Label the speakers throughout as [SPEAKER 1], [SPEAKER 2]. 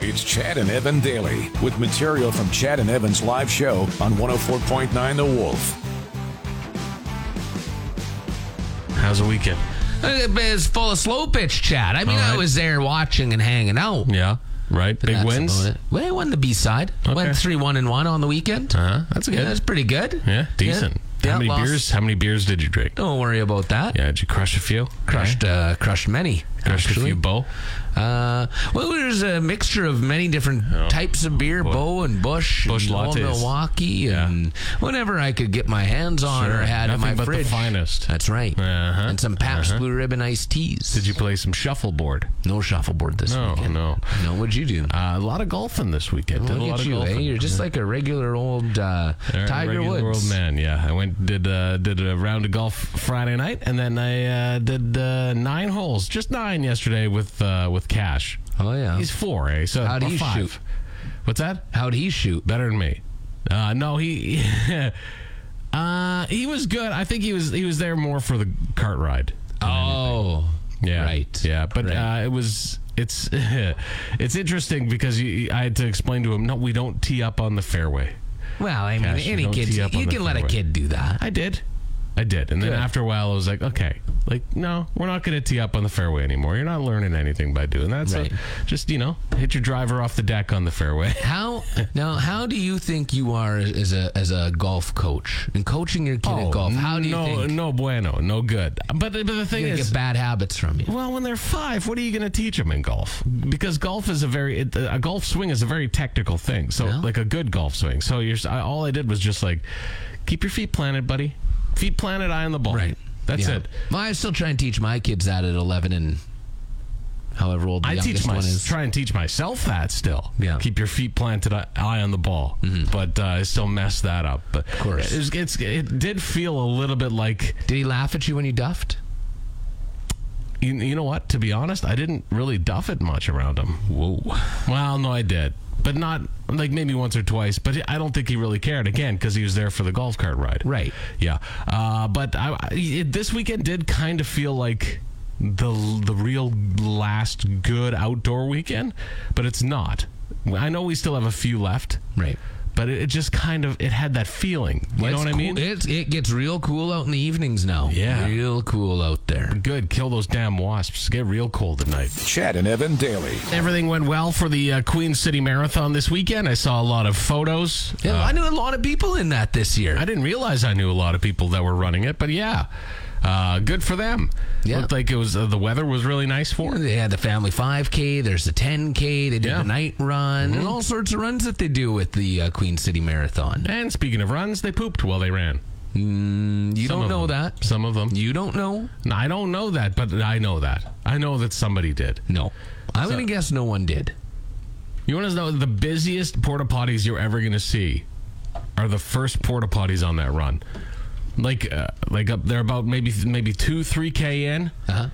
[SPEAKER 1] It's Chad and Evan Daily with material from Chad and Evan's live show on 104.9 The Wolf.
[SPEAKER 2] How's the weekend?
[SPEAKER 3] It's full of slow pitch chat. I mean,
[SPEAKER 2] All right.
[SPEAKER 3] I was there watching and hanging out.
[SPEAKER 2] Yeah. Right. Big
[SPEAKER 3] That's
[SPEAKER 2] wins.
[SPEAKER 3] about it. Well, I won the B side.
[SPEAKER 2] Okay.
[SPEAKER 3] Went three one and one on the weekend.
[SPEAKER 2] Uh-huh. That's
[SPEAKER 3] Yeah,
[SPEAKER 2] good.
[SPEAKER 3] that's pretty good.
[SPEAKER 2] Yeah. Decent.
[SPEAKER 3] Yeah,
[SPEAKER 2] how many
[SPEAKER 3] lost.
[SPEAKER 2] beers? How many beers did you drink?
[SPEAKER 3] Don't worry about that.
[SPEAKER 2] Yeah. Did you crush a few?
[SPEAKER 3] Crushed, uh, crushed many.
[SPEAKER 2] Crushed
[SPEAKER 3] actually.
[SPEAKER 2] a few, Bo.
[SPEAKER 3] Uh, well, there's a mixture of many different types of beer, Bow and Bush,
[SPEAKER 2] Bush
[SPEAKER 3] and Old
[SPEAKER 2] Oh. lattes.
[SPEAKER 3] Milwaukee,
[SPEAKER 2] Yeah.
[SPEAKER 3] and whatever I could get my hands on or had
[SPEAKER 2] Nothing
[SPEAKER 3] in my
[SPEAKER 2] but
[SPEAKER 3] fridge.
[SPEAKER 2] the finest.
[SPEAKER 3] That's right.
[SPEAKER 2] Uh-huh.
[SPEAKER 3] And some Pabst Blue Ribbon iced teas.
[SPEAKER 2] Did you play some shuffleboard?
[SPEAKER 3] No shuffleboard this
[SPEAKER 2] No,
[SPEAKER 3] weekend.
[SPEAKER 2] no.
[SPEAKER 3] No, what'd you do?
[SPEAKER 2] Uh, a lot of golfing this weekend. Did a
[SPEAKER 3] Look
[SPEAKER 2] lot
[SPEAKER 3] at
[SPEAKER 2] of
[SPEAKER 3] you, eh?
[SPEAKER 2] golfing.
[SPEAKER 3] You're just like a regular old uh,
[SPEAKER 2] All right,
[SPEAKER 3] Tiger
[SPEAKER 2] regular
[SPEAKER 3] Woods.
[SPEAKER 2] old man. Yeah, I went did uh, did a round of golf Friday night, and then I uh, did uh, nine holes, just nine yesterday with uh, with Cash.
[SPEAKER 3] Oh yeah.
[SPEAKER 2] He's four, eh? So
[SPEAKER 3] How'd
[SPEAKER 2] or
[SPEAKER 3] he
[SPEAKER 2] five.
[SPEAKER 3] shoot?
[SPEAKER 2] What's that?
[SPEAKER 3] How'd he shoot?
[SPEAKER 2] Better than me. Uh, no, he. Uh, he was good. I think he was he was there more for the cart ride.
[SPEAKER 3] Oh,
[SPEAKER 2] Yeah.
[SPEAKER 3] right.
[SPEAKER 2] Yeah, but
[SPEAKER 3] Right.
[SPEAKER 2] uh, it was it's it's interesting because you, I had to explain to him, no, we don't tee up on the fairway.
[SPEAKER 3] Well, I mean,
[SPEAKER 2] Gosh, you
[SPEAKER 3] any
[SPEAKER 2] don't
[SPEAKER 3] kid,
[SPEAKER 2] tee
[SPEAKER 3] you
[SPEAKER 2] up on the
[SPEAKER 3] can let a
[SPEAKER 2] fairway.
[SPEAKER 3] kid do that.
[SPEAKER 2] I did. I did. And then
[SPEAKER 3] Good.
[SPEAKER 2] after a while, I was like, okay, like, no, we're not going to tee up on the fairway anymore. You're not learning anything by doing that. So
[SPEAKER 3] Right.
[SPEAKER 2] just, you know, hit your driver off the deck on the fairway.
[SPEAKER 3] How now? How do you think you are as- as a as a golf coach and coaching your kid at golf? How do you
[SPEAKER 2] Oh, no,
[SPEAKER 3] think
[SPEAKER 2] No bueno. No good. But, but the thing
[SPEAKER 3] you
[SPEAKER 2] is.
[SPEAKER 3] get bad habits from you?
[SPEAKER 2] well, when they're five, what are you going to teach them in golf? Because golf is a very it, a golf swing is a very technical thing. So,
[SPEAKER 3] Yeah.
[SPEAKER 2] like a good golf swing. So, you're s- I- all I did was just like, keep your feet planted, buddy. Feet planted, eye on the ball. That's
[SPEAKER 3] Yeah.
[SPEAKER 2] it.
[SPEAKER 3] Well, I still try and teach my kids that at eleven and however old the
[SPEAKER 2] I
[SPEAKER 3] youngest
[SPEAKER 2] teach my,
[SPEAKER 3] one is.
[SPEAKER 2] try and teach myself that still.
[SPEAKER 3] Yeah. Mm-hmm.
[SPEAKER 2] Keep your feet planted, eye eye on the ball. But uh, I still mess that up. But of
[SPEAKER 3] course.
[SPEAKER 2] it's, it's, it did feel a little bit like
[SPEAKER 3] Did he laugh at you when you duffed?
[SPEAKER 2] you, you know what? To be honest, I didn't really duff it much around him. Whoa. Well, no, I did, but not like maybe once or twice. But I don't think he really cared again because he was there for the golf cart ride.
[SPEAKER 3] Right.
[SPEAKER 2] Yeah. Uh, but I, I- it, this weekend did kind of feel like the the real last good outdoor weekend, but it's not. I know we still have a few left,
[SPEAKER 3] Right.
[SPEAKER 2] but it, it just kind of it had that feeling. You know
[SPEAKER 3] It's
[SPEAKER 2] what I
[SPEAKER 3] cool-
[SPEAKER 2] mean?
[SPEAKER 3] It's, it gets real cool out in the evenings now.
[SPEAKER 2] Yeah.
[SPEAKER 3] Real cool out there.
[SPEAKER 2] Good. Kill those damn wasps. Get real cold at night.
[SPEAKER 1] Chad and Evan Daily.
[SPEAKER 2] Everything went well for the uh, Queen City Marathon this weekend. I saw a lot of photos. Uh,
[SPEAKER 3] Yeah, I knew a lot of people in that this year.
[SPEAKER 2] I didn't realize I knew a lot of people that were running it, but yeah, uh, good for them.
[SPEAKER 3] Yeah.
[SPEAKER 2] Looked like it was uh, the weather was really nice for it.
[SPEAKER 3] They had the family 5K. There's the 10K. They did
[SPEAKER 2] Yeah. Mm-hmm.
[SPEAKER 3] the night run and all sorts of runs that they do with the uh, Queen City Marathon.
[SPEAKER 2] And speaking of runs, they pooped while they ran.
[SPEAKER 3] Mm, you
[SPEAKER 2] Some
[SPEAKER 3] don't
[SPEAKER 2] of
[SPEAKER 3] know
[SPEAKER 2] them.
[SPEAKER 3] that.
[SPEAKER 2] Some of them.
[SPEAKER 3] You don't know?
[SPEAKER 2] No, I don't know that, but I know that. I know that somebody did.
[SPEAKER 3] No. I'm going to guess no one did.
[SPEAKER 2] You want to know the busiest porta potties you're ever going to see are the first porta potties on that run. Like, uh, like up there about maybe maybe two three k in.
[SPEAKER 3] Uh-huh.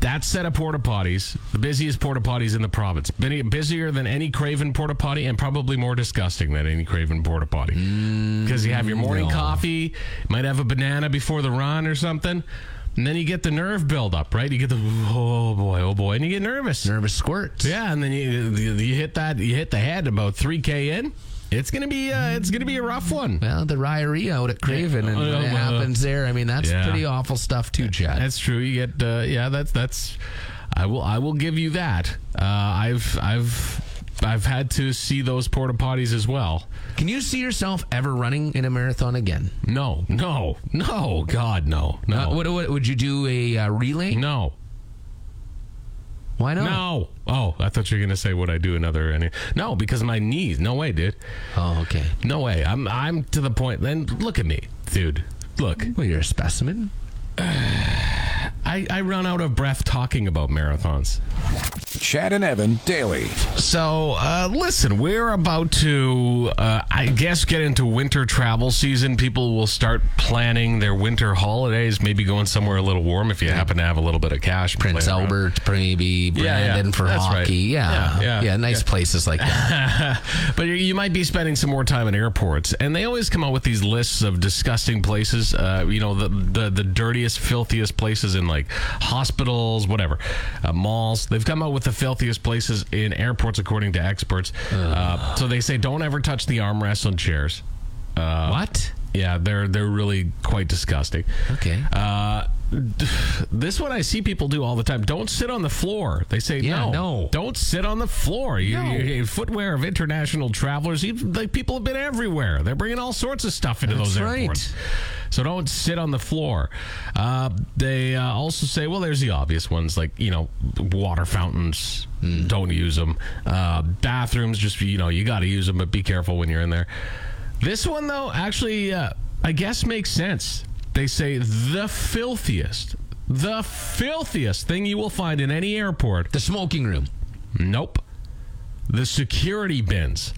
[SPEAKER 2] That set of porta potties, the busiest porta potties in the province, Busy- busier than any Craven porta potty, and probably more disgusting than any Craven porta potty. Because you have your morning coffee, might have a banana before the run or something, and then you get the nerve buildup, right? You get the oh boy, oh boy, and you get nervous.
[SPEAKER 3] Nervous squirts.
[SPEAKER 2] Yeah, and then you you you hit that you hit the head about three k in. It's gonna be uh, it's gonna be a rough one.
[SPEAKER 3] Well, the Ryrie out at Craven and
[SPEAKER 2] Yeah.
[SPEAKER 3] what
[SPEAKER 2] Uh,
[SPEAKER 3] happens there. I mean, that's
[SPEAKER 2] yeah.
[SPEAKER 3] pretty awful stuff, too, Chad.
[SPEAKER 2] That's true. You get uh, yeah. That's that's. I will I will give you that. Uh, I've I've I've had to see those porta potties as well.
[SPEAKER 3] Can you see yourself ever running in a marathon again?
[SPEAKER 2] No no no God no no
[SPEAKER 3] Uh, what, what would you do a uh, relay?
[SPEAKER 2] no.
[SPEAKER 3] Why not?
[SPEAKER 2] No. Oh, I thought you were gonna say would I do another any No, because my knees. No way, dude.
[SPEAKER 3] Oh, okay.
[SPEAKER 2] No way. I'm I'm to the point then look at me, dude. Look.
[SPEAKER 3] Well, you're a specimen.
[SPEAKER 2] I, I run out of breath talking about marathons.
[SPEAKER 1] Chad and Evan Daily.
[SPEAKER 2] So, uh, listen, we're about to, uh, I guess, get into winter travel season. People will start planning their winter holidays, maybe going somewhere a little warm if you happen to have a little bit of cash.
[SPEAKER 3] Prince
[SPEAKER 2] laying around.
[SPEAKER 3] Albert, maybe
[SPEAKER 2] yeah.
[SPEAKER 3] Brandon for
[SPEAKER 2] That's
[SPEAKER 3] hockey.
[SPEAKER 2] right.
[SPEAKER 3] Yeah.
[SPEAKER 2] Yeah, yeah,
[SPEAKER 3] nice places like that.
[SPEAKER 2] but you- you might be spending some more time in airports, and they always come out with these lists of disgusting places. Uh, you know, the, the the dirtiest, filthiest places in like hospitals, whatever, uh, malls. They've come out with a the filthiest places in airports, according to experts. Uh, so they say don't ever touch the armrests on chairs. Uh,
[SPEAKER 3] what?
[SPEAKER 2] Yeah, they're they're really quite disgusting.
[SPEAKER 3] Okay.
[SPEAKER 2] Uh, this one I see people do all the time. Don't sit on the floor. They say
[SPEAKER 3] Yeah,
[SPEAKER 2] no,
[SPEAKER 3] no.
[SPEAKER 2] Don't sit on the floor. You,
[SPEAKER 3] No.
[SPEAKER 2] you- footwear of international travelers. You, like people have been everywhere. They're bringing all sorts of stuff into those
[SPEAKER 3] That's right.
[SPEAKER 2] airports. So don't sit on the floor. Uh, they uh, also say, well, there's the obvious ones like you know water fountains.
[SPEAKER 3] Hmm.
[SPEAKER 2] Don't use them. Uh, bathrooms, just you know, you got to use them, but be careful when you're in there. This one though, actually, uh, I guess makes sense. They say the filthiest, the filthiest thing you will find in any airport
[SPEAKER 3] The smoking room.
[SPEAKER 2] Nope. The security bins.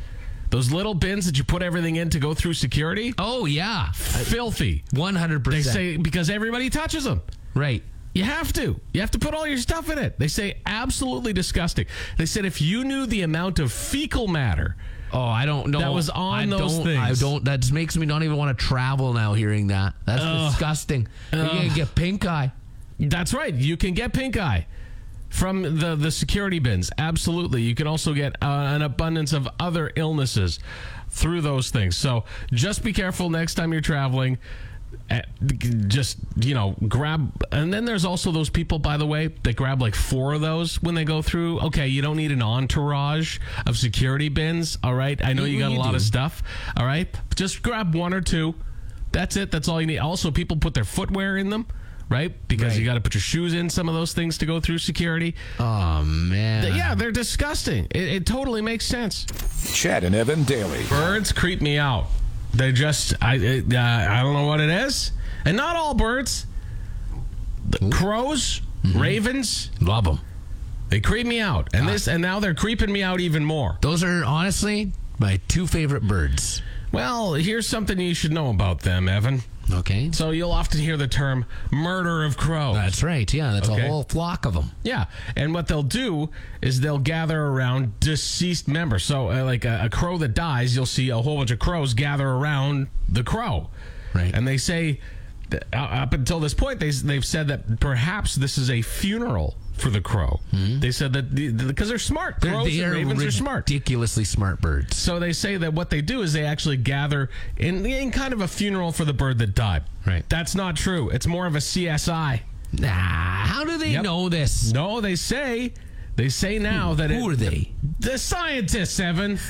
[SPEAKER 2] Those little bins that you put everything in to go through security?
[SPEAKER 3] Oh yeah,
[SPEAKER 2] Filthy.
[SPEAKER 3] one hundred
[SPEAKER 2] They
[SPEAKER 3] percent.
[SPEAKER 2] say because everybody touches them.
[SPEAKER 3] right.
[SPEAKER 2] You have to. You have to put all your stuff in it. They say absolutely disgusting. They said if you knew the amount of fecal matter,
[SPEAKER 3] Oh, I don't know.
[SPEAKER 2] That was on
[SPEAKER 3] I
[SPEAKER 2] those
[SPEAKER 3] don't,
[SPEAKER 2] things.
[SPEAKER 3] I don't. That makes me not even want to travel now. Hearing that, that's disgusting. You're gonna get pink eye.
[SPEAKER 2] that's right. You can get pink eye from the, the security bins. Absolutely. You can also get uh, an abundance of other illnesses through those things. So just be careful next time you're traveling. Uh, Just, you know, grab. And then there's also those people, by the way, that grab like four of those when they go through. Okay, you don't need an entourage of security bins. All right. I know you got a
[SPEAKER 3] you
[SPEAKER 2] lot of
[SPEAKER 3] do.
[SPEAKER 2] stuff. All right. Just grab one or two. That's it. That's all you need. Also, people put their footwear in them, right? Because you
[SPEAKER 3] Right.
[SPEAKER 2] got to put your shoes in some of those things to go through security.
[SPEAKER 3] Oh man.
[SPEAKER 2] Th- yeah, they're disgusting. It, it totally makes sense.
[SPEAKER 1] Chad and Evan daily.
[SPEAKER 2] Birds creep me out. They just I it, uh, I don't know what it is. And not all birds. The crows, ravens,
[SPEAKER 3] Love them.
[SPEAKER 2] they creep me out. And this and now they're creeping me out even more.
[SPEAKER 3] Those are honestly my two favorite birds.
[SPEAKER 2] Well, here's something you should know about them, Evan.
[SPEAKER 3] Okay.
[SPEAKER 2] So you'll often hear the term murder of crows.
[SPEAKER 3] That's right. Yeah, that's
[SPEAKER 2] Okay.
[SPEAKER 3] a whole flock of them.
[SPEAKER 2] Yeah, and what they'll do is they'll gather around deceased members. So, uh, like a, a crow that dies, you'll see a whole bunch of crows gather around the crow.
[SPEAKER 3] Right.
[SPEAKER 2] And they say, that, uh, up until this point, they, they've said that perhaps this is a funeral for the crow.
[SPEAKER 3] Hmm.
[SPEAKER 2] They said that because the, 'cause they're smart. Crows
[SPEAKER 3] they
[SPEAKER 2] and ravens are smart.
[SPEAKER 3] ridiculously smart birds.
[SPEAKER 2] So they say that what they do is they actually gather in, in kind of a funeral for the bird that died.
[SPEAKER 3] Right.
[SPEAKER 2] That's not true. It's more of a CSI.
[SPEAKER 3] Nah, how do they
[SPEAKER 2] Yep.
[SPEAKER 3] know this?
[SPEAKER 2] No, they say they say now that it,
[SPEAKER 3] Hmm. Who are they?
[SPEAKER 2] the scientists, Evan.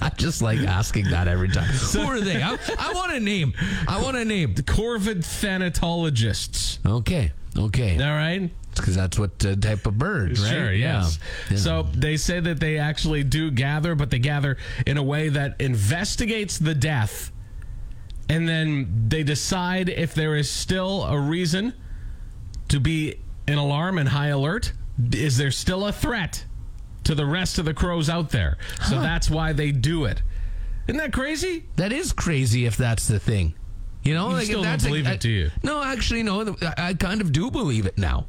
[SPEAKER 3] I just like asking that every time. Who are they? I, I want a name. I want a name.
[SPEAKER 2] Corvid thanatologists.
[SPEAKER 3] Okay, okay,
[SPEAKER 2] All right.
[SPEAKER 3] because that's what uh, type of bird, right?
[SPEAKER 2] Sure, yes.
[SPEAKER 3] Yeah.
[SPEAKER 2] So they say that they actually do gather, but they gather in a way that investigates the death and then they decide if there is still a reason to be in alarm and high alert. Is there still a threat to the rest of the crows out there? So that's why they do it. Isn't that crazy?
[SPEAKER 3] That is crazy if that's the thing. You know, like if
[SPEAKER 2] still don't
[SPEAKER 3] that's a-
[SPEAKER 2] believe it,
[SPEAKER 3] I-
[SPEAKER 2] do you?
[SPEAKER 3] No, actually, no. I, I kind of do believe it now.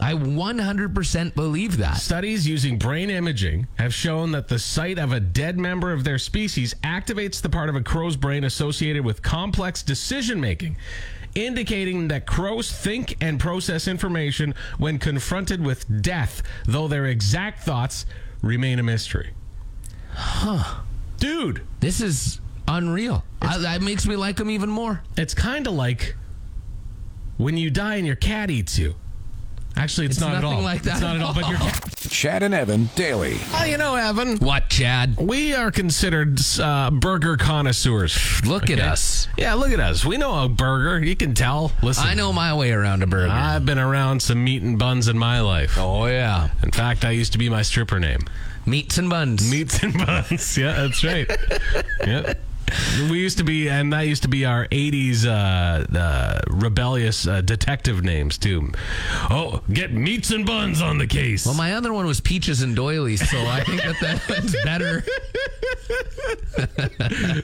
[SPEAKER 3] I 100% believe that.
[SPEAKER 2] Studies using brain imaging have shown that the sight of a dead member of their species activates the part of a crow's brain associated with complex decision making, indicating that crows think and process information when confronted with death, though their exact thoughts remain a mystery. Huh. Dude,
[SPEAKER 3] This is unreal. I, that makes me like them even more.
[SPEAKER 2] it's kind of like when you die and your cat eats you. Actually, it's,
[SPEAKER 3] It's
[SPEAKER 2] not at
[SPEAKER 3] nothing
[SPEAKER 2] all.
[SPEAKER 3] like that
[SPEAKER 2] It's not
[SPEAKER 3] at
[SPEAKER 2] at all, but your cat.
[SPEAKER 1] Chad and Evan daily.
[SPEAKER 2] Well, you know, Evan.
[SPEAKER 3] What, Chad?
[SPEAKER 2] We are considered uh, burger connoisseurs.
[SPEAKER 3] Look at us.
[SPEAKER 2] Yeah, look at us. We know a burger. You can tell. Listen,
[SPEAKER 3] I know my way around a burger.
[SPEAKER 2] I've been around some meat and buns in my life.
[SPEAKER 3] oh yeah,
[SPEAKER 2] In fact, I used to be my stripper name.
[SPEAKER 3] meats and buns.
[SPEAKER 2] Meats and buns. yeah, that's right. yep. We used to be, and that used to be our '80s uh, uh, rebellious uh, detective names too. Oh, get meats and buns on the case.
[SPEAKER 3] well, my other one was peaches and doilies, so I think that that one's better.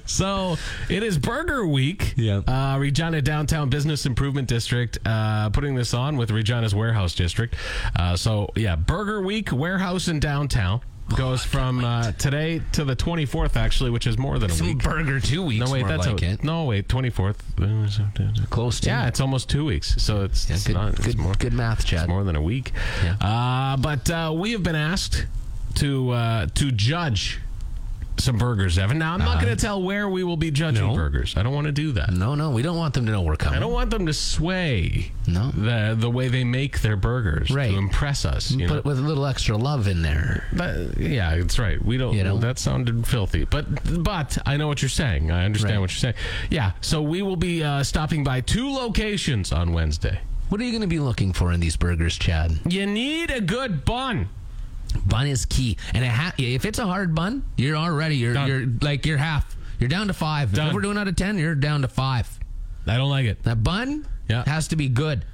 [SPEAKER 2] So it is Burger Week.
[SPEAKER 3] Yeah.
[SPEAKER 2] Uh, Regina Downtown Business Improvement District uh, putting this on with Regina's Warehouse District. Uh, so yeah, Burger Week Warehouse in downtown. goes from uh, today to the 24th, actually, which is more than a
[SPEAKER 3] Some
[SPEAKER 2] week.
[SPEAKER 3] burger two weeks.
[SPEAKER 2] No, wait,
[SPEAKER 3] more
[SPEAKER 2] that's
[SPEAKER 3] like
[SPEAKER 2] a,
[SPEAKER 3] it.
[SPEAKER 2] no, wait, 24th.
[SPEAKER 3] Close to.
[SPEAKER 2] Yeah, it's almost two weeks, so it's,
[SPEAKER 3] Yeah,
[SPEAKER 2] it's
[SPEAKER 3] good,
[SPEAKER 2] not it's
[SPEAKER 3] good,
[SPEAKER 2] more
[SPEAKER 3] good math,
[SPEAKER 2] it's
[SPEAKER 3] Chad.
[SPEAKER 2] more than a week.
[SPEAKER 3] Yeah.
[SPEAKER 2] Uh, but uh, we have been asked to uh, to judge some burgers, Evan. Now I'm not going to tell where we will be judging
[SPEAKER 3] Uh-huh. No.
[SPEAKER 2] burgers. I don't want to do that.
[SPEAKER 3] No, no, we don't want them to know we're coming.
[SPEAKER 2] I don't want them to sway
[SPEAKER 3] No.
[SPEAKER 2] the the way they make their burgers
[SPEAKER 3] Right.
[SPEAKER 2] to impress us. You
[SPEAKER 3] Put
[SPEAKER 2] know?
[SPEAKER 3] it with a little extra love in there.
[SPEAKER 2] That- yeah, it's right. We don't.
[SPEAKER 3] You know?
[SPEAKER 2] That sounded filthy, but but I know what you're saying. I understand
[SPEAKER 3] Right.
[SPEAKER 2] what you're saying. Yeah. So we will be uh, stopping by two locations on Wednesday.
[SPEAKER 3] What are you going to be looking for in these burgers, Chad?
[SPEAKER 2] You need a good bun.
[SPEAKER 3] Bun is key, and it ha- if it's a hard bun, you're already you're
[SPEAKER 2] Done.
[SPEAKER 3] you're like you're half. You're down to five.
[SPEAKER 2] Done.
[SPEAKER 3] If we're doing out of ten, you're down to five.
[SPEAKER 2] I don't like it.
[SPEAKER 3] That bun
[SPEAKER 2] Yeah.
[SPEAKER 3] has to be good.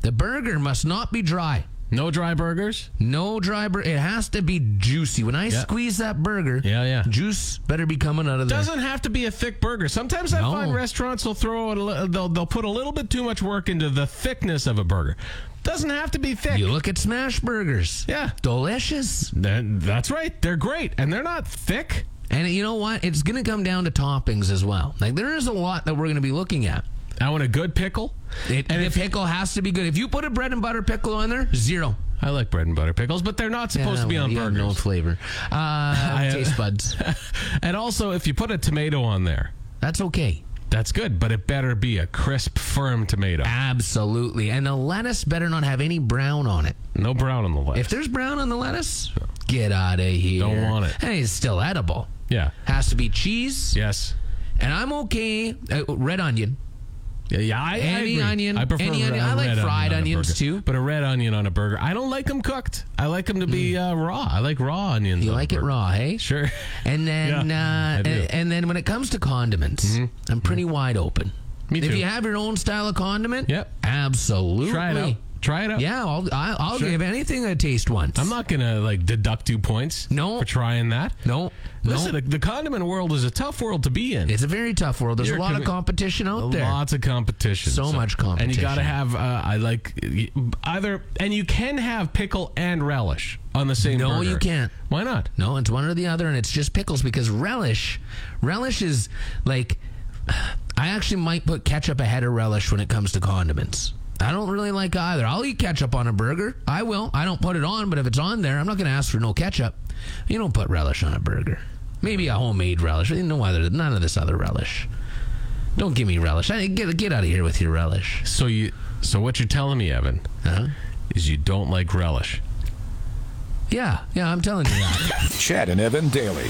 [SPEAKER 3] The burger must not be dry.
[SPEAKER 2] No dry burgers.
[SPEAKER 3] No dry burger. It has to be juicy. When I
[SPEAKER 2] Yeah.
[SPEAKER 3] squeeze that burger,
[SPEAKER 2] Yeah, yeah.
[SPEAKER 3] juice better be coming out of there.
[SPEAKER 2] Doesn't have to be a thick burger. Sometimes I
[SPEAKER 3] No.
[SPEAKER 2] find restaurants will throw a, li- they'll they'll put a little bit too much work into the thickness of a burger. Doesn't have to be thick.
[SPEAKER 3] You look at smash burgers.
[SPEAKER 2] Yeah.
[SPEAKER 3] Delicious.
[SPEAKER 2] Then- that's right. They're great, and they're not thick.
[SPEAKER 3] And you know what? It's going to come down to toppings as well. Like there is a lot that we're going to be looking at.
[SPEAKER 2] I want a good pickle.
[SPEAKER 3] It, the pickle has to be good. If you put a bread and butter pickle on there, zero.
[SPEAKER 2] I like bread and butter pickles, but they're not supposed to be
[SPEAKER 3] Yeah,
[SPEAKER 2] on
[SPEAKER 3] you have
[SPEAKER 2] burgers.
[SPEAKER 3] No flavor. Uh, taste buds.
[SPEAKER 2] and also, if you put a tomato on there,
[SPEAKER 3] That's okay.
[SPEAKER 2] that's good, but it better be a crisp, firm tomato.
[SPEAKER 3] Absolutely. And the lettuce better not have any brown on it.
[SPEAKER 2] No brown on the left.
[SPEAKER 3] If there's brown on the lettuce, get out of here.
[SPEAKER 2] Don't want it.
[SPEAKER 3] And it's still edible.
[SPEAKER 2] yeah.
[SPEAKER 3] Has to be cheese.
[SPEAKER 2] Yes.
[SPEAKER 3] And I'm okay. Uh, red onion.
[SPEAKER 2] Yeah, yeah I, I
[SPEAKER 3] Any
[SPEAKER 2] agree.
[SPEAKER 3] onion,
[SPEAKER 2] I prefer
[SPEAKER 3] any
[SPEAKER 2] red-
[SPEAKER 3] onion.
[SPEAKER 2] a
[SPEAKER 3] I like
[SPEAKER 2] red onion on
[SPEAKER 3] fried
[SPEAKER 2] a
[SPEAKER 3] onions,
[SPEAKER 2] burger.
[SPEAKER 3] too.
[SPEAKER 2] But a red onion on a burger, I don't like them cooked. I like them to be uh, raw. I like raw onions.
[SPEAKER 3] Hmm. You
[SPEAKER 2] on a
[SPEAKER 3] like it
[SPEAKER 2] burger.
[SPEAKER 3] raw, eh? hey?
[SPEAKER 2] Sure.
[SPEAKER 3] And then,
[SPEAKER 2] Yeah, I
[SPEAKER 3] uh,
[SPEAKER 2] do. Mm-hmm.
[SPEAKER 3] and, and then when it comes to condiments, I'm pretty wide open.
[SPEAKER 2] Me
[SPEAKER 3] If
[SPEAKER 2] too.
[SPEAKER 3] you have your own style of condiment,
[SPEAKER 2] Yep.
[SPEAKER 3] absolutely.
[SPEAKER 2] Try it out. Try it out.
[SPEAKER 3] Yeah, I'll I- I'll
[SPEAKER 2] Sure.
[SPEAKER 3] give anything a taste once.
[SPEAKER 2] I'm not gonna like deduct two points.
[SPEAKER 3] No.
[SPEAKER 2] For trying that.
[SPEAKER 3] no,
[SPEAKER 2] Listen,
[SPEAKER 3] no.
[SPEAKER 2] the, the condiment world is a tough world to be in.
[SPEAKER 3] It's a very tough world. There's
[SPEAKER 2] You're
[SPEAKER 3] a lot of
[SPEAKER 2] commi-
[SPEAKER 3] competition out there.
[SPEAKER 2] Lots of competition.
[SPEAKER 3] So much competition.
[SPEAKER 2] And you got to have, uh, I like y- either, and you can have pickle and relish on the same
[SPEAKER 3] No,
[SPEAKER 2] burger.
[SPEAKER 3] you can't.
[SPEAKER 2] Why not?
[SPEAKER 3] No, it's one or the other, and it's just pickles because relish, relish is like, I actually might put ketchup ahead of relish when it comes to condiments. I don't really like either. I'll eat ketchup on a burger. I will. I don't put it on, but if it's on there, I'm not going to ask for no ketchup. You don't put relish on a burger. Maybe a homemade relish. No other, none of this other relish. Don't give me relish. I, get get out of here with your relish.
[SPEAKER 2] So you, so what you're telling me, Evan,
[SPEAKER 3] Huh?
[SPEAKER 2] is you don't like relish.
[SPEAKER 3] Yeah, yeah. I'm telling you that.
[SPEAKER 1] Chad and Evan daily.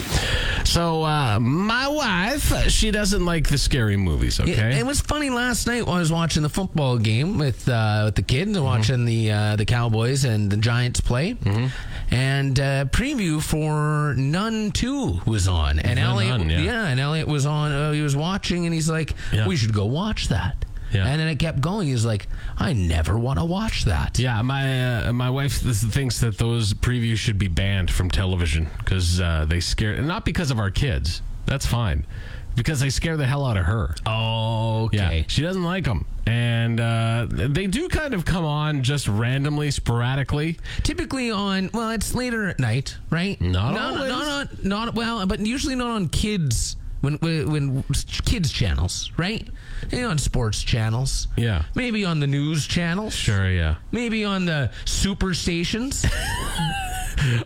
[SPEAKER 2] So uh, my wife, uh, she doesn't like the scary movies.
[SPEAKER 3] Yeah,
[SPEAKER 2] Okay.
[SPEAKER 3] It was funny last night when I was watching the football game with uh, with the kids
[SPEAKER 2] Mm-hmm.
[SPEAKER 3] and watching the uh, the Cowboys and the Giants play.
[SPEAKER 2] Mm-hmm.
[SPEAKER 3] And uh, preview for Nun Two was on, and
[SPEAKER 2] The
[SPEAKER 3] Elliot,
[SPEAKER 2] Nun, yeah.
[SPEAKER 3] yeah. and Elliot was on. Uh, he was watching, and he's like,
[SPEAKER 2] Yeah.
[SPEAKER 3] "We should go watch that."
[SPEAKER 2] Yeah.
[SPEAKER 3] And then it kept going. He was like, "I never want to watch that."
[SPEAKER 2] Yeah, my uh, my wife th- thinks that those previews should be banned from television because uh, they scare, and not because of our kids. That's fine, because they scare the hell out of her. Yeah,
[SPEAKER 3] Okay.
[SPEAKER 2] she doesn't like them, and uh, they do kind of come on just randomly, sporadically.
[SPEAKER 3] Typically on well, it's later at night, right?
[SPEAKER 2] Not
[SPEAKER 3] not
[SPEAKER 2] always.
[SPEAKER 3] not on not well, but usually not on kids when when, when kids channels, right? You know, on sports channels,
[SPEAKER 2] Yeah.
[SPEAKER 3] Maybe on the news channels,
[SPEAKER 2] Sure, yeah.
[SPEAKER 3] Maybe on the super stations,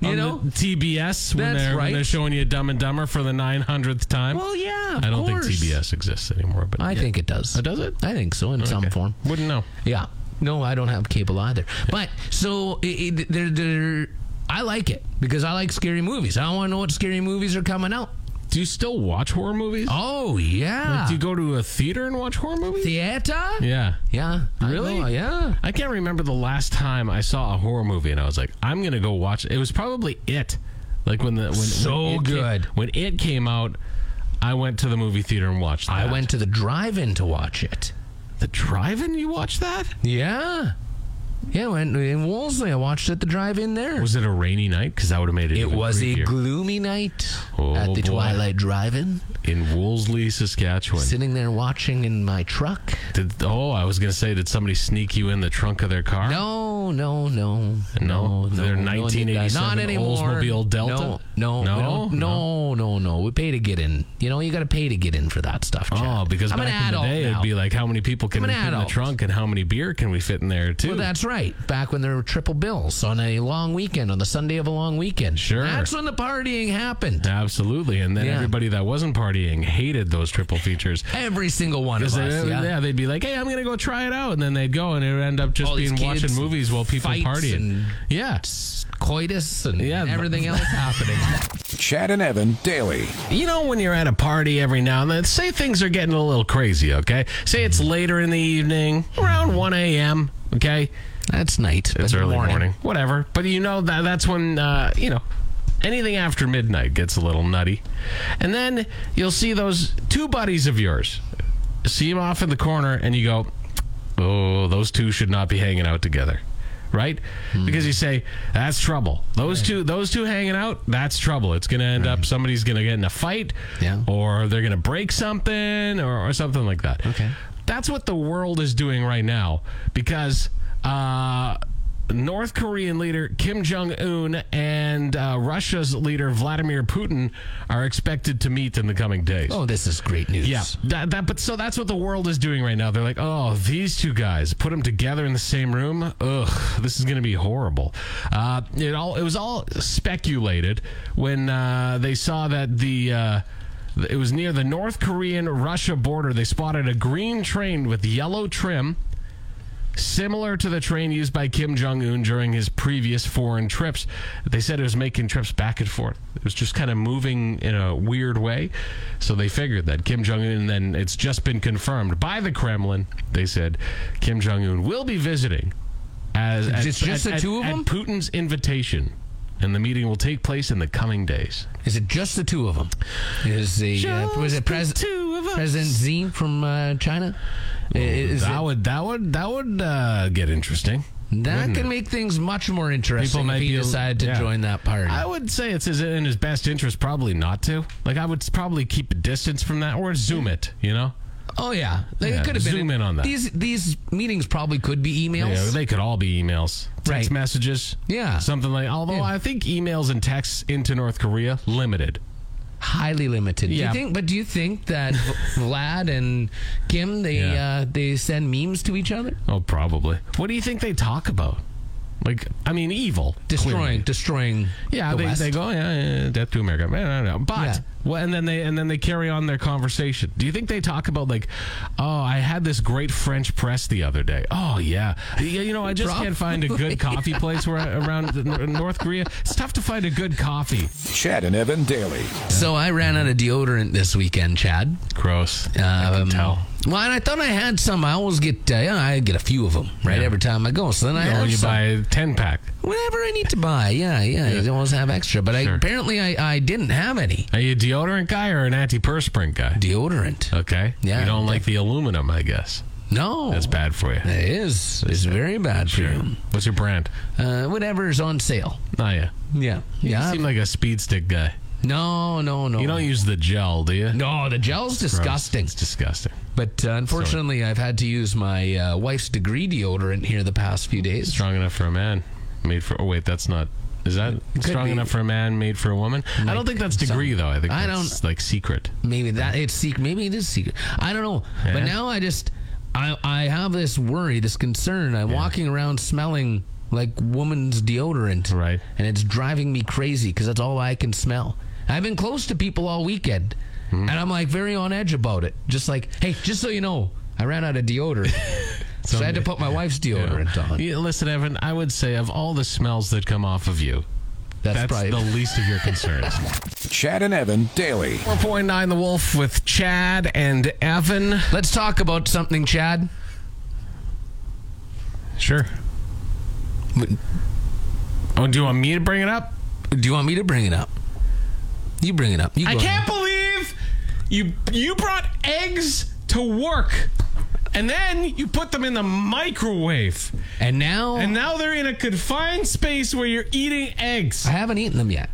[SPEAKER 3] you
[SPEAKER 2] On the
[SPEAKER 3] know.
[SPEAKER 2] TBS when
[SPEAKER 3] That's
[SPEAKER 2] they're when
[SPEAKER 3] right.
[SPEAKER 2] they're showing you Dumb and Dumber for the nine hundredth time.
[SPEAKER 3] well, yeah, of
[SPEAKER 2] I don't
[SPEAKER 3] course.
[SPEAKER 2] think TBS exists anymore, but
[SPEAKER 3] I think it does.
[SPEAKER 2] Oh, does it?
[SPEAKER 3] I think so in some
[SPEAKER 2] Okay.
[SPEAKER 3] form.
[SPEAKER 2] Wouldn't know.
[SPEAKER 3] Yeah. No, I don't have cable either. But so it, it, they're, they're, I like it because I like scary movies. I want to know what scary movies are coming out.
[SPEAKER 2] Do you still watch horror movies?
[SPEAKER 3] Oh yeah,
[SPEAKER 2] Do you go to a theater and watch horror movies?
[SPEAKER 3] theater.
[SPEAKER 2] yeah.
[SPEAKER 3] Yeah, I
[SPEAKER 2] Really?
[SPEAKER 3] know, yeah.
[SPEAKER 2] I can't remember the last time I saw a horror movie and I was like, I'm gonna go watch it. It was probably it. Like when the when
[SPEAKER 3] So
[SPEAKER 2] when it came-
[SPEAKER 3] good.
[SPEAKER 2] when it came out, I went to the movie theater and watched. That.
[SPEAKER 3] I went to the drive-in to watch it.
[SPEAKER 2] the drive-in. You watched that?
[SPEAKER 3] Yeah, yeah. I Went in Wolseley. I watched it at the drive-in there.
[SPEAKER 2] Was it a rainy night? Because that would have made it.
[SPEAKER 3] it
[SPEAKER 2] even
[SPEAKER 3] was a
[SPEAKER 2] creepier.
[SPEAKER 3] gloomy night
[SPEAKER 2] Oh,
[SPEAKER 3] at the
[SPEAKER 2] boy.
[SPEAKER 3] Twilight Drive-in.
[SPEAKER 2] in Woolsey, Saskatchewan.
[SPEAKER 3] Sitting there watching in my truck.
[SPEAKER 2] Did, oh, I was gonna say, did somebody sneak you in the trunk of their car?
[SPEAKER 3] No, No, no, no,
[SPEAKER 2] No?
[SPEAKER 3] no, no.
[SPEAKER 2] They're
[SPEAKER 3] no, I think I-
[SPEAKER 2] 1987
[SPEAKER 3] Not anymore.
[SPEAKER 2] Oldsmobile Delta?
[SPEAKER 3] No, no,
[SPEAKER 2] No?
[SPEAKER 3] we don't- no, no, no. We pay to get in. You know, you got to pay to get in for that stuff. Chad.
[SPEAKER 2] Oh, because
[SPEAKER 3] I'm an
[SPEAKER 2] back in the
[SPEAKER 3] adult
[SPEAKER 2] day,
[SPEAKER 3] now.
[SPEAKER 2] it'd be like, how many people can
[SPEAKER 3] I'm
[SPEAKER 2] we
[SPEAKER 3] an
[SPEAKER 2] fit in the
[SPEAKER 3] adult.
[SPEAKER 2] trunk and how many beer can we fit in there, too?
[SPEAKER 3] Well, that's right. Back when there were triple bills on a long weekend, on the Sunday of a long weekend.
[SPEAKER 2] Sure.
[SPEAKER 3] That's when the partying happened.
[SPEAKER 2] Absolutely. And then
[SPEAKER 3] Yeah.
[SPEAKER 2] everybody that wasn't partying hated those triple features.
[SPEAKER 3] Every single one of us.
[SPEAKER 2] 'Cause they-
[SPEAKER 3] yeah.
[SPEAKER 2] yeah. they'd be like, "Hey, I'm gonna go try it out," and then they'd go, and it would end up just
[SPEAKER 3] All these
[SPEAKER 2] being watching
[SPEAKER 3] kids and
[SPEAKER 2] movies while people
[SPEAKER 3] fights
[SPEAKER 2] partying.
[SPEAKER 3] and-
[SPEAKER 2] yeah,
[SPEAKER 3] Coitus and
[SPEAKER 2] Yeah, but-
[SPEAKER 3] everything else happening.
[SPEAKER 1] Chad and Evan daily.
[SPEAKER 2] you know when you're at a party every now and then, say things are getting a little crazy. Okay, say it's later in the evening, around 1 a.m. Okay,
[SPEAKER 3] That's night.
[SPEAKER 2] it's
[SPEAKER 3] but
[SPEAKER 2] early morning. whatever. But you know that that's when uh, you know anything after midnight gets a little nutty, and then you'll see those two buddies of yours, see them off in the corner, and you go, "Oh, those two should not be hanging out together." Right,
[SPEAKER 3] Hmm.
[SPEAKER 2] because you say that's trouble. Those two, those two hanging out, that's trouble. It's gonna end up somebody's gonna get in a fight,
[SPEAKER 3] Yeah.
[SPEAKER 2] or they're gonna break something, or, or something like that.
[SPEAKER 3] Okay.
[SPEAKER 2] That's what the world is doing right now because uh, North Korean leader Kim Jong un and uh, Russia's leader Vladimir Putin are expected to meet in the coming days.
[SPEAKER 3] Oh, this is great news.
[SPEAKER 2] Yeah, that, that, but so that's what the world is doing right now. They're like, oh, these two guys put them together in the same room. Ugh, this is going to be horrible. Uh, it all it was all speculated when uh, they saw that the. Uh, it was near the North Korean Russia border. They spotted a green train with yellow trim, similar to the train used by Kim Jong un during his previous foreign trips. They said it was making trips back and forth. It was just kind of moving in a weird way. So they figured that Kim Jong un, then it's just been confirmed by the Kremlin. They said Kim Jong un will be visiting as at-
[SPEAKER 3] It's just
[SPEAKER 2] at-
[SPEAKER 3] the
[SPEAKER 2] at-
[SPEAKER 3] two of
[SPEAKER 2] at
[SPEAKER 3] them?
[SPEAKER 2] Putin's invitation. And the meeting will take place in the coming days.
[SPEAKER 3] Is it just the two of them? Is the uh, was it Pres-
[SPEAKER 2] two of us.
[SPEAKER 3] President Z from uh, China? I- is
[SPEAKER 2] that
[SPEAKER 3] it-
[SPEAKER 2] would that would that would uh, get interesting.
[SPEAKER 3] that can make things much more interesting
[SPEAKER 2] might
[SPEAKER 3] if
[SPEAKER 2] be
[SPEAKER 3] he
[SPEAKER 2] a-
[SPEAKER 3] decided to
[SPEAKER 2] yeah.
[SPEAKER 3] join that party.
[SPEAKER 2] I would say it's his, in his best interest probably not to. Like I would probably keep a distance from that or zoom it. You know,
[SPEAKER 3] oh yeah, like,
[SPEAKER 2] Yeah,
[SPEAKER 3] it could have been
[SPEAKER 2] zoom in on that.
[SPEAKER 3] These these meetings probably could be emails.
[SPEAKER 2] yeah, they could all be emails, text
[SPEAKER 3] Right.
[SPEAKER 2] messages,
[SPEAKER 3] Yeah.
[SPEAKER 2] something like. Although
[SPEAKER 3] Yeah.
[SPEAKER 2] I think emails and texts into North Korea limited.
[SPEAKER 3] Highly limited.
[SPEAKER 2] Yeah.
[SPEAKER 3] Do you think? But do you think that Vlad and Kim they
[SPEAKER 2] Yeah.
[SPEAKER 3] uh, they send memes to each other,
[SPEAKER 2] Oh, probably. What do you think they talk about? Like, I mean, evil,
[SPEAKER 3] destroying
[SPEAKER 2] clearly.
[SPEAKER 3] destroying
[SPEAKER 2] Yeah,
[SPEAKER 3] the
[SPEAKER 2] they,
[SPEAKER 3] West?
[SPEAKER 2] they go, yeah, yeah, yeah, death to America. I don't know. But
[SPEAKER 3] Yeah.
[SPEAKER 2] well, and then they and then they carry on their conversation. Do you think they talk about like, oh, I had this great French press the other day. Oh yeah, yeah you know, I just can't find a good coffee place where around the nor- North Korea. It's tough to find a good coffee.
[SPEAKER 1] Chad and Evan daily.
[SPEAKER 3] So I ran out of deodorant this weekend, Chad.
[SPEAKER 2] Gross. I can
[SPEAKER 3] Um,
[SPEAKER 2] tell.
[SPEAKER 3] Well, and I thought I had some. I always get, uh, you know, I get a few of them right
[SPEAKER 2] Yeah.
[SPEAKER 3] every time I go. So then I
[SPEAKER 2] Or
[SPEAKER 3] have
[SPEAKER 2] you
[SPEAKER 3] some.
[SPEAKER 2] buy a ten pack.
[SPEAKER 3] whatever I need to buy. Yeah, yeah, I always have extra. But
[SPEAKER 2] Sure.
[SPEAKER 3] I, apparently, I, I didn't have any
[SPEAKER 2] Are you a deodorant guy or an antiperspirant guy?
[SPEAKER 3] deodorant.
[SPEAKER 2] Okay.
[SPEAKER 3] Yeah, Oh.
[SPEAKER 2] You don't like the aluminum, I guess.
[SPEAKER 3] No,
[SPEAKER 2] That's bad for you.
[SPEAKER 3] It is. It's very bad for you.
[SPEAKER 2] What's your brand?
[SPEAKER 3] Uh, whatever's on sale.
[SPEAKER 2] Oh yeah.
[SPEAKER 3] Yeah,
[SPEAKER 2] You
[SPEAKER 3] yeah.
[SPEAKER 2] seem like a speed stick guy.
[SPEAKER 3] No, no, no.
[SPEAKER 2] You don't use the gel, do you?
[SPEAKER 3] no, the gel's disgusting.
[SPEAKER 2] It's disgusting.
[SPEAKER 3] But uh, unfortunately, I've had to use my uh, wife's degree deodorant here the past few days.
[SPEAKER 2] Strong enough for a man, made for. Oh wait, that's not. Is that strong
[SPEAKER 3] be.
[SPEAKER 2] enough for a man, made for a woman? I don't think that's degree though. I think
[SPEAKER 3] I
[SPEAKER 2] that's like secret.
[SPEAKER 3] Maybe that it's secret. Maybe it is secret. I don't know. But
[SPEAKER 2] Yeah.
[SPEAKER 3] now I just I I have this worry, this concern. I'm walking around smelling like woman's deodorant,
[SPEAKER 2] Right.
[SPEAKER 3] And it's driving me crazy because that's all I can smell. I've been close to people all weekend,
[SPEAKER 2] Hmm.
[SPEAKER 3] and I'm like very on edge about it. Just like, hey, just so you know, I ran out of deodorant, so I had to put my wife's deodorant on.
[SPEAKER 2] Yeah, listen, Evan. I would say of all the smells that come off of you,
[SPEAKER 3] That's,
[SPEAKER 2] that's
[SPEAKER 3] probably
[SPEAKER 2] the least of your concerns.
[SPEAKER 1] Chad and Evan daily.
[SPEAKER 2] Four point nine, the Wolf with Chad and Evan.
[SPEAKER 3] Let's talk about something, Chad.
[SPEAKER 2] Sure. Oh, do you want me to bring it up?
[SPEAKER 3] Do you want me to bring it up? You bring it up. You
[SPEAKER 2] I
[SPEAKER 3] go
[SPEAKER 2] can't
[SPEAKER 3] ahead.
[SPEAKER 2] believe you you brought eggs to work. And then you put them in the microwave.
[SPEAKER 3] And now
[SPEAKER 2] And now they're in a confined space where you're eating eggs.
[SPEAKER 3] I haven't eaten them yet.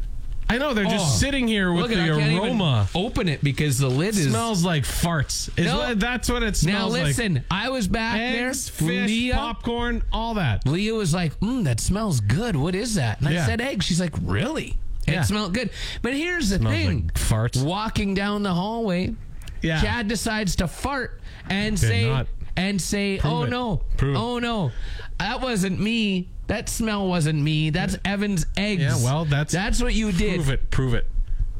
[SPEAKER 2] I I know they're just
[SPEAKER 3] Oh.
[SPEAKER 2] sitting here with
[SPEAKER 3] Look at
[SPEAKER 2] the
[SPEAKER 3] I can't even
[SPEAKER 2] aroma.
[SPEAKER 3] open it because the lid
[SPEAKER 2] It
[SPEAKER 3] is
[SPEAKER 2] smells like farts. Is
[SPEAKER 3] No.
[SPEAKER 2] what- that's what it
[SPEAKER 3] Now
[SPEAKER 2] smells like.
[SPEAKER 3] listen, I was back
[SPEAKER 2] Eggs,
[SPEAKER 3] there.
[SPEAKER 2] fish,
[SPEAKER 3] Leah,
[SPEAKER 2] popcorn, all that.
[SPEAKER 3] Leah was like, mm, "That smells good. What is that?" And
[SPEAKER 2] Yeah.
[SPEAKER 3] I said, "Egg." She's like, "Really?"
[SPEAKER 2] Yeah.
[SPEAKER 3] It smelled good. But here's the
[SPEAKER 2] Smells
[SPEAKER 3] thing:
[SPEAKER 2] like farts.
[SPEAKER 3] Walking down the hallway,
[SPEAKER 2] Yeah.
[SPEAKER 3] Chad decides to fart and say,
[SPEAKER 2] not.
[SPEAKER 3] "And say, oh
[SPEAKER 2] it.
[SPEAKER 3] no,
[SPEAKER 2] Prove it.
[SPEAKER 3] oh no, that wasn't me. That smell wasn't me. That's Evan's eggs.
[SPEAKER 2] Yeah, well, that's-
[SPEAKER 3] that's what you did.
[SPEAKER 2] Prove it. Prove it.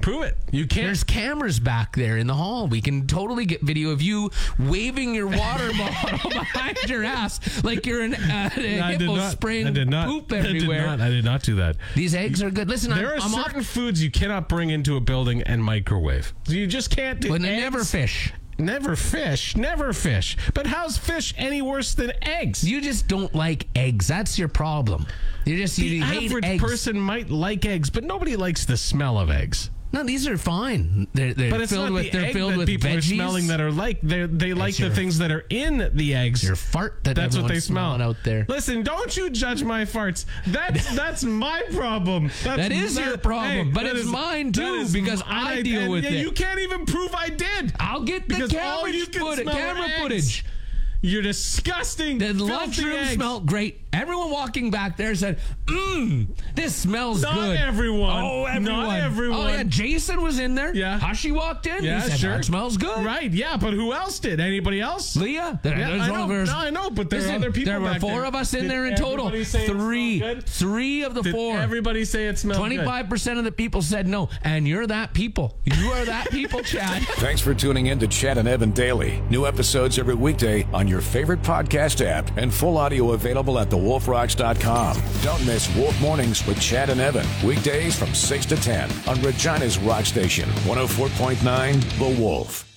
[SPEAKER 2] Prove it. You can't.
[SPEAKER 3] There's cameras back there in the hall. We can totally get video of you waving your water bottle behind your ass like you're an uh, a
[SPEAKER 2] I did
[SPEAKER 3] hippo
[SPEAKER 2] not.
[SPEAKER 3] spraying
[SPEAKER 2] I did not.
[SPEAKER 3] poop
[SPEAKER 2] I did
[SPEAKER 3] everywhere.
[SPEAKER 2] not, I did not do that.
[SPEAKER 3] These eggs are good. Listen, I'm,
[SPEAKER 2] There are
[SPEAKER 3] I'm off.
[SPEAKER 2] certain foods you cannot bring into a building and microwave. You just can't do
[SPEAKER 3] But they
[SPEAKER 2] eggs.
[SPEAKER 3] never fish.
[SPEAKER 2] Never fish. Never fish. But how's fish any worse than eggs?
[SPEAKER 3] You just don't like eggs. That's your problem. You just
[SPEAKER 2] the
[SPEAKER 3] you hate
[SPEAKER 2] average
[SPEAKER 3] eggs.
[SPEAKER 2] person might like eggs, but nobody likes the smell of eggs.
[SPEAKER 3] no, these are fine. They're, they're
[SPEAKER 2] But it's
[SPEAKER 3] filled
[SPEAKER 2] not
[SPEAKER 3] with
[SPEAKER 2] the
[SPEAKER 3] they're
[SPEAKER 2] egg
[SPEAKER 3] filled
[SPEAKER 2] that
[SPEAKER 3] with
[SPEAKER 2] people
[SPEAKER 3] veggies.
[SPEAKER 2] are smelling that are like they they like the
[SPEAKER 3] your-
[SPEAKER 2] things that are in the eggs.
[SPEAKER 3] your fart that
[SPEAKER 2] That's what they
[SPEAKER 3] everyone's
[SPEAKER 2] smell
[SPEAKER 3] smelling out there.
[SPEAKER 2] Listen, don't you judge my farts. That's that's my problem. That's
[SPEAKER 3] That is your problem, but
[SPEAKER 2] that
[SPEAKER 3] it's mine
[SPEAKER 2] that
[SPEAKER 3] too,
[SPEAKER 2] is
[SPEAKER 3] because
[SPEAKER 2] mine.
[SPEAKER 3] I
[SPEAKER 2] And
[SPEAKER 3] deal
[SPEAKER 2] and
[SPEAKER 3] with
[SPEAKER 2] yeah,
[SPEAKER 3] it.
[SPEAKER 2] You can't even prove I did.
[SPEAKER 3] I'll get the
[SPEAKER 2] because all
[SPEAKER 3] camera
[SPEAKER 2] you can
[SPEAKER 3] footage.
[SPEAKER 2] smell
[SPEAKER 3] Camera
[SPEAKER 2] are eggs.
[SPEAKER 3] footage.
[SPEAKER 2] You're disgusting.
[SPEAKER 3] The
[SPEAKER 2] filthy
[SPEAKER 3] lunchroom
[SPEAKER 2] eggs.
[SPEAKER 3] smelled great. Everyone walking back there said, "Mmm, this smells
[SPEAKER 2] Not
[SPEAKER 3] good."
[SPEAKER 2] everyone.
[SPEAKER 3] Oh,
[SPEAKER 2] Not
[SPEAKER 3] everyone.
[SPEAKER 2] everyone.
[SPEAKER 3] Oh yeah, Jason was in there.
[SPEAKER 2] Yeah.
[SPEAKER 3] Hashi walked in.
[SPEAKER 2] Yeah,
[SPEAKER 3] he said,
[SPEAKER 2] sure.
[SPEAKER 3] "That smells good."
[SPEAKER 2] Right? Yeah, but who else did? Anybody else?
[SPEAKER 3] Leah, there,
[SPEAKER 2] Yeah,
[SPEAKER 3] there's
[SPEAKER 2] I
[SPEAKER 3] one
[SPEAKER 2] know.
[SPEAKER 3] of us.
[SPEAKER 2] No, I know, but there are
[SPEAKER 3] Listen,
[SPEAKER 2] other people
[SPEAKER 3] There were
[SPEAKER 2] back
[SPEAKER 3] four
[SPEAKER 2] there.
[SPEAKER 3] of us in
[SPEAKER 2] Did
[SPEAKER 3] there in total.
[SPEAKER 2] everybody say it smelled
[SPEAKER 3] Three,
[SPEAKER 2] good?
[SPEAKER 3] three of the
[SPEAKER 2] Did
[SPEAKER 3] four.
[SPEAKER 2] everybody say it smells good?
[SPEAKER 3] Twenty-five percent of the people said no, and you're that people. You are that people, Chad.
[SPEAKER 1] Thanks for tuning in to Chad and Evan Daily. New episodes every weekday on your favorite podcast app and full audio available at thewolfrocks.com. Don't miss Wolf Mornings with Chad and Evan. oh Weekdays from 6 to 10 on Regina's Rock Station, 104.9 The Wolf.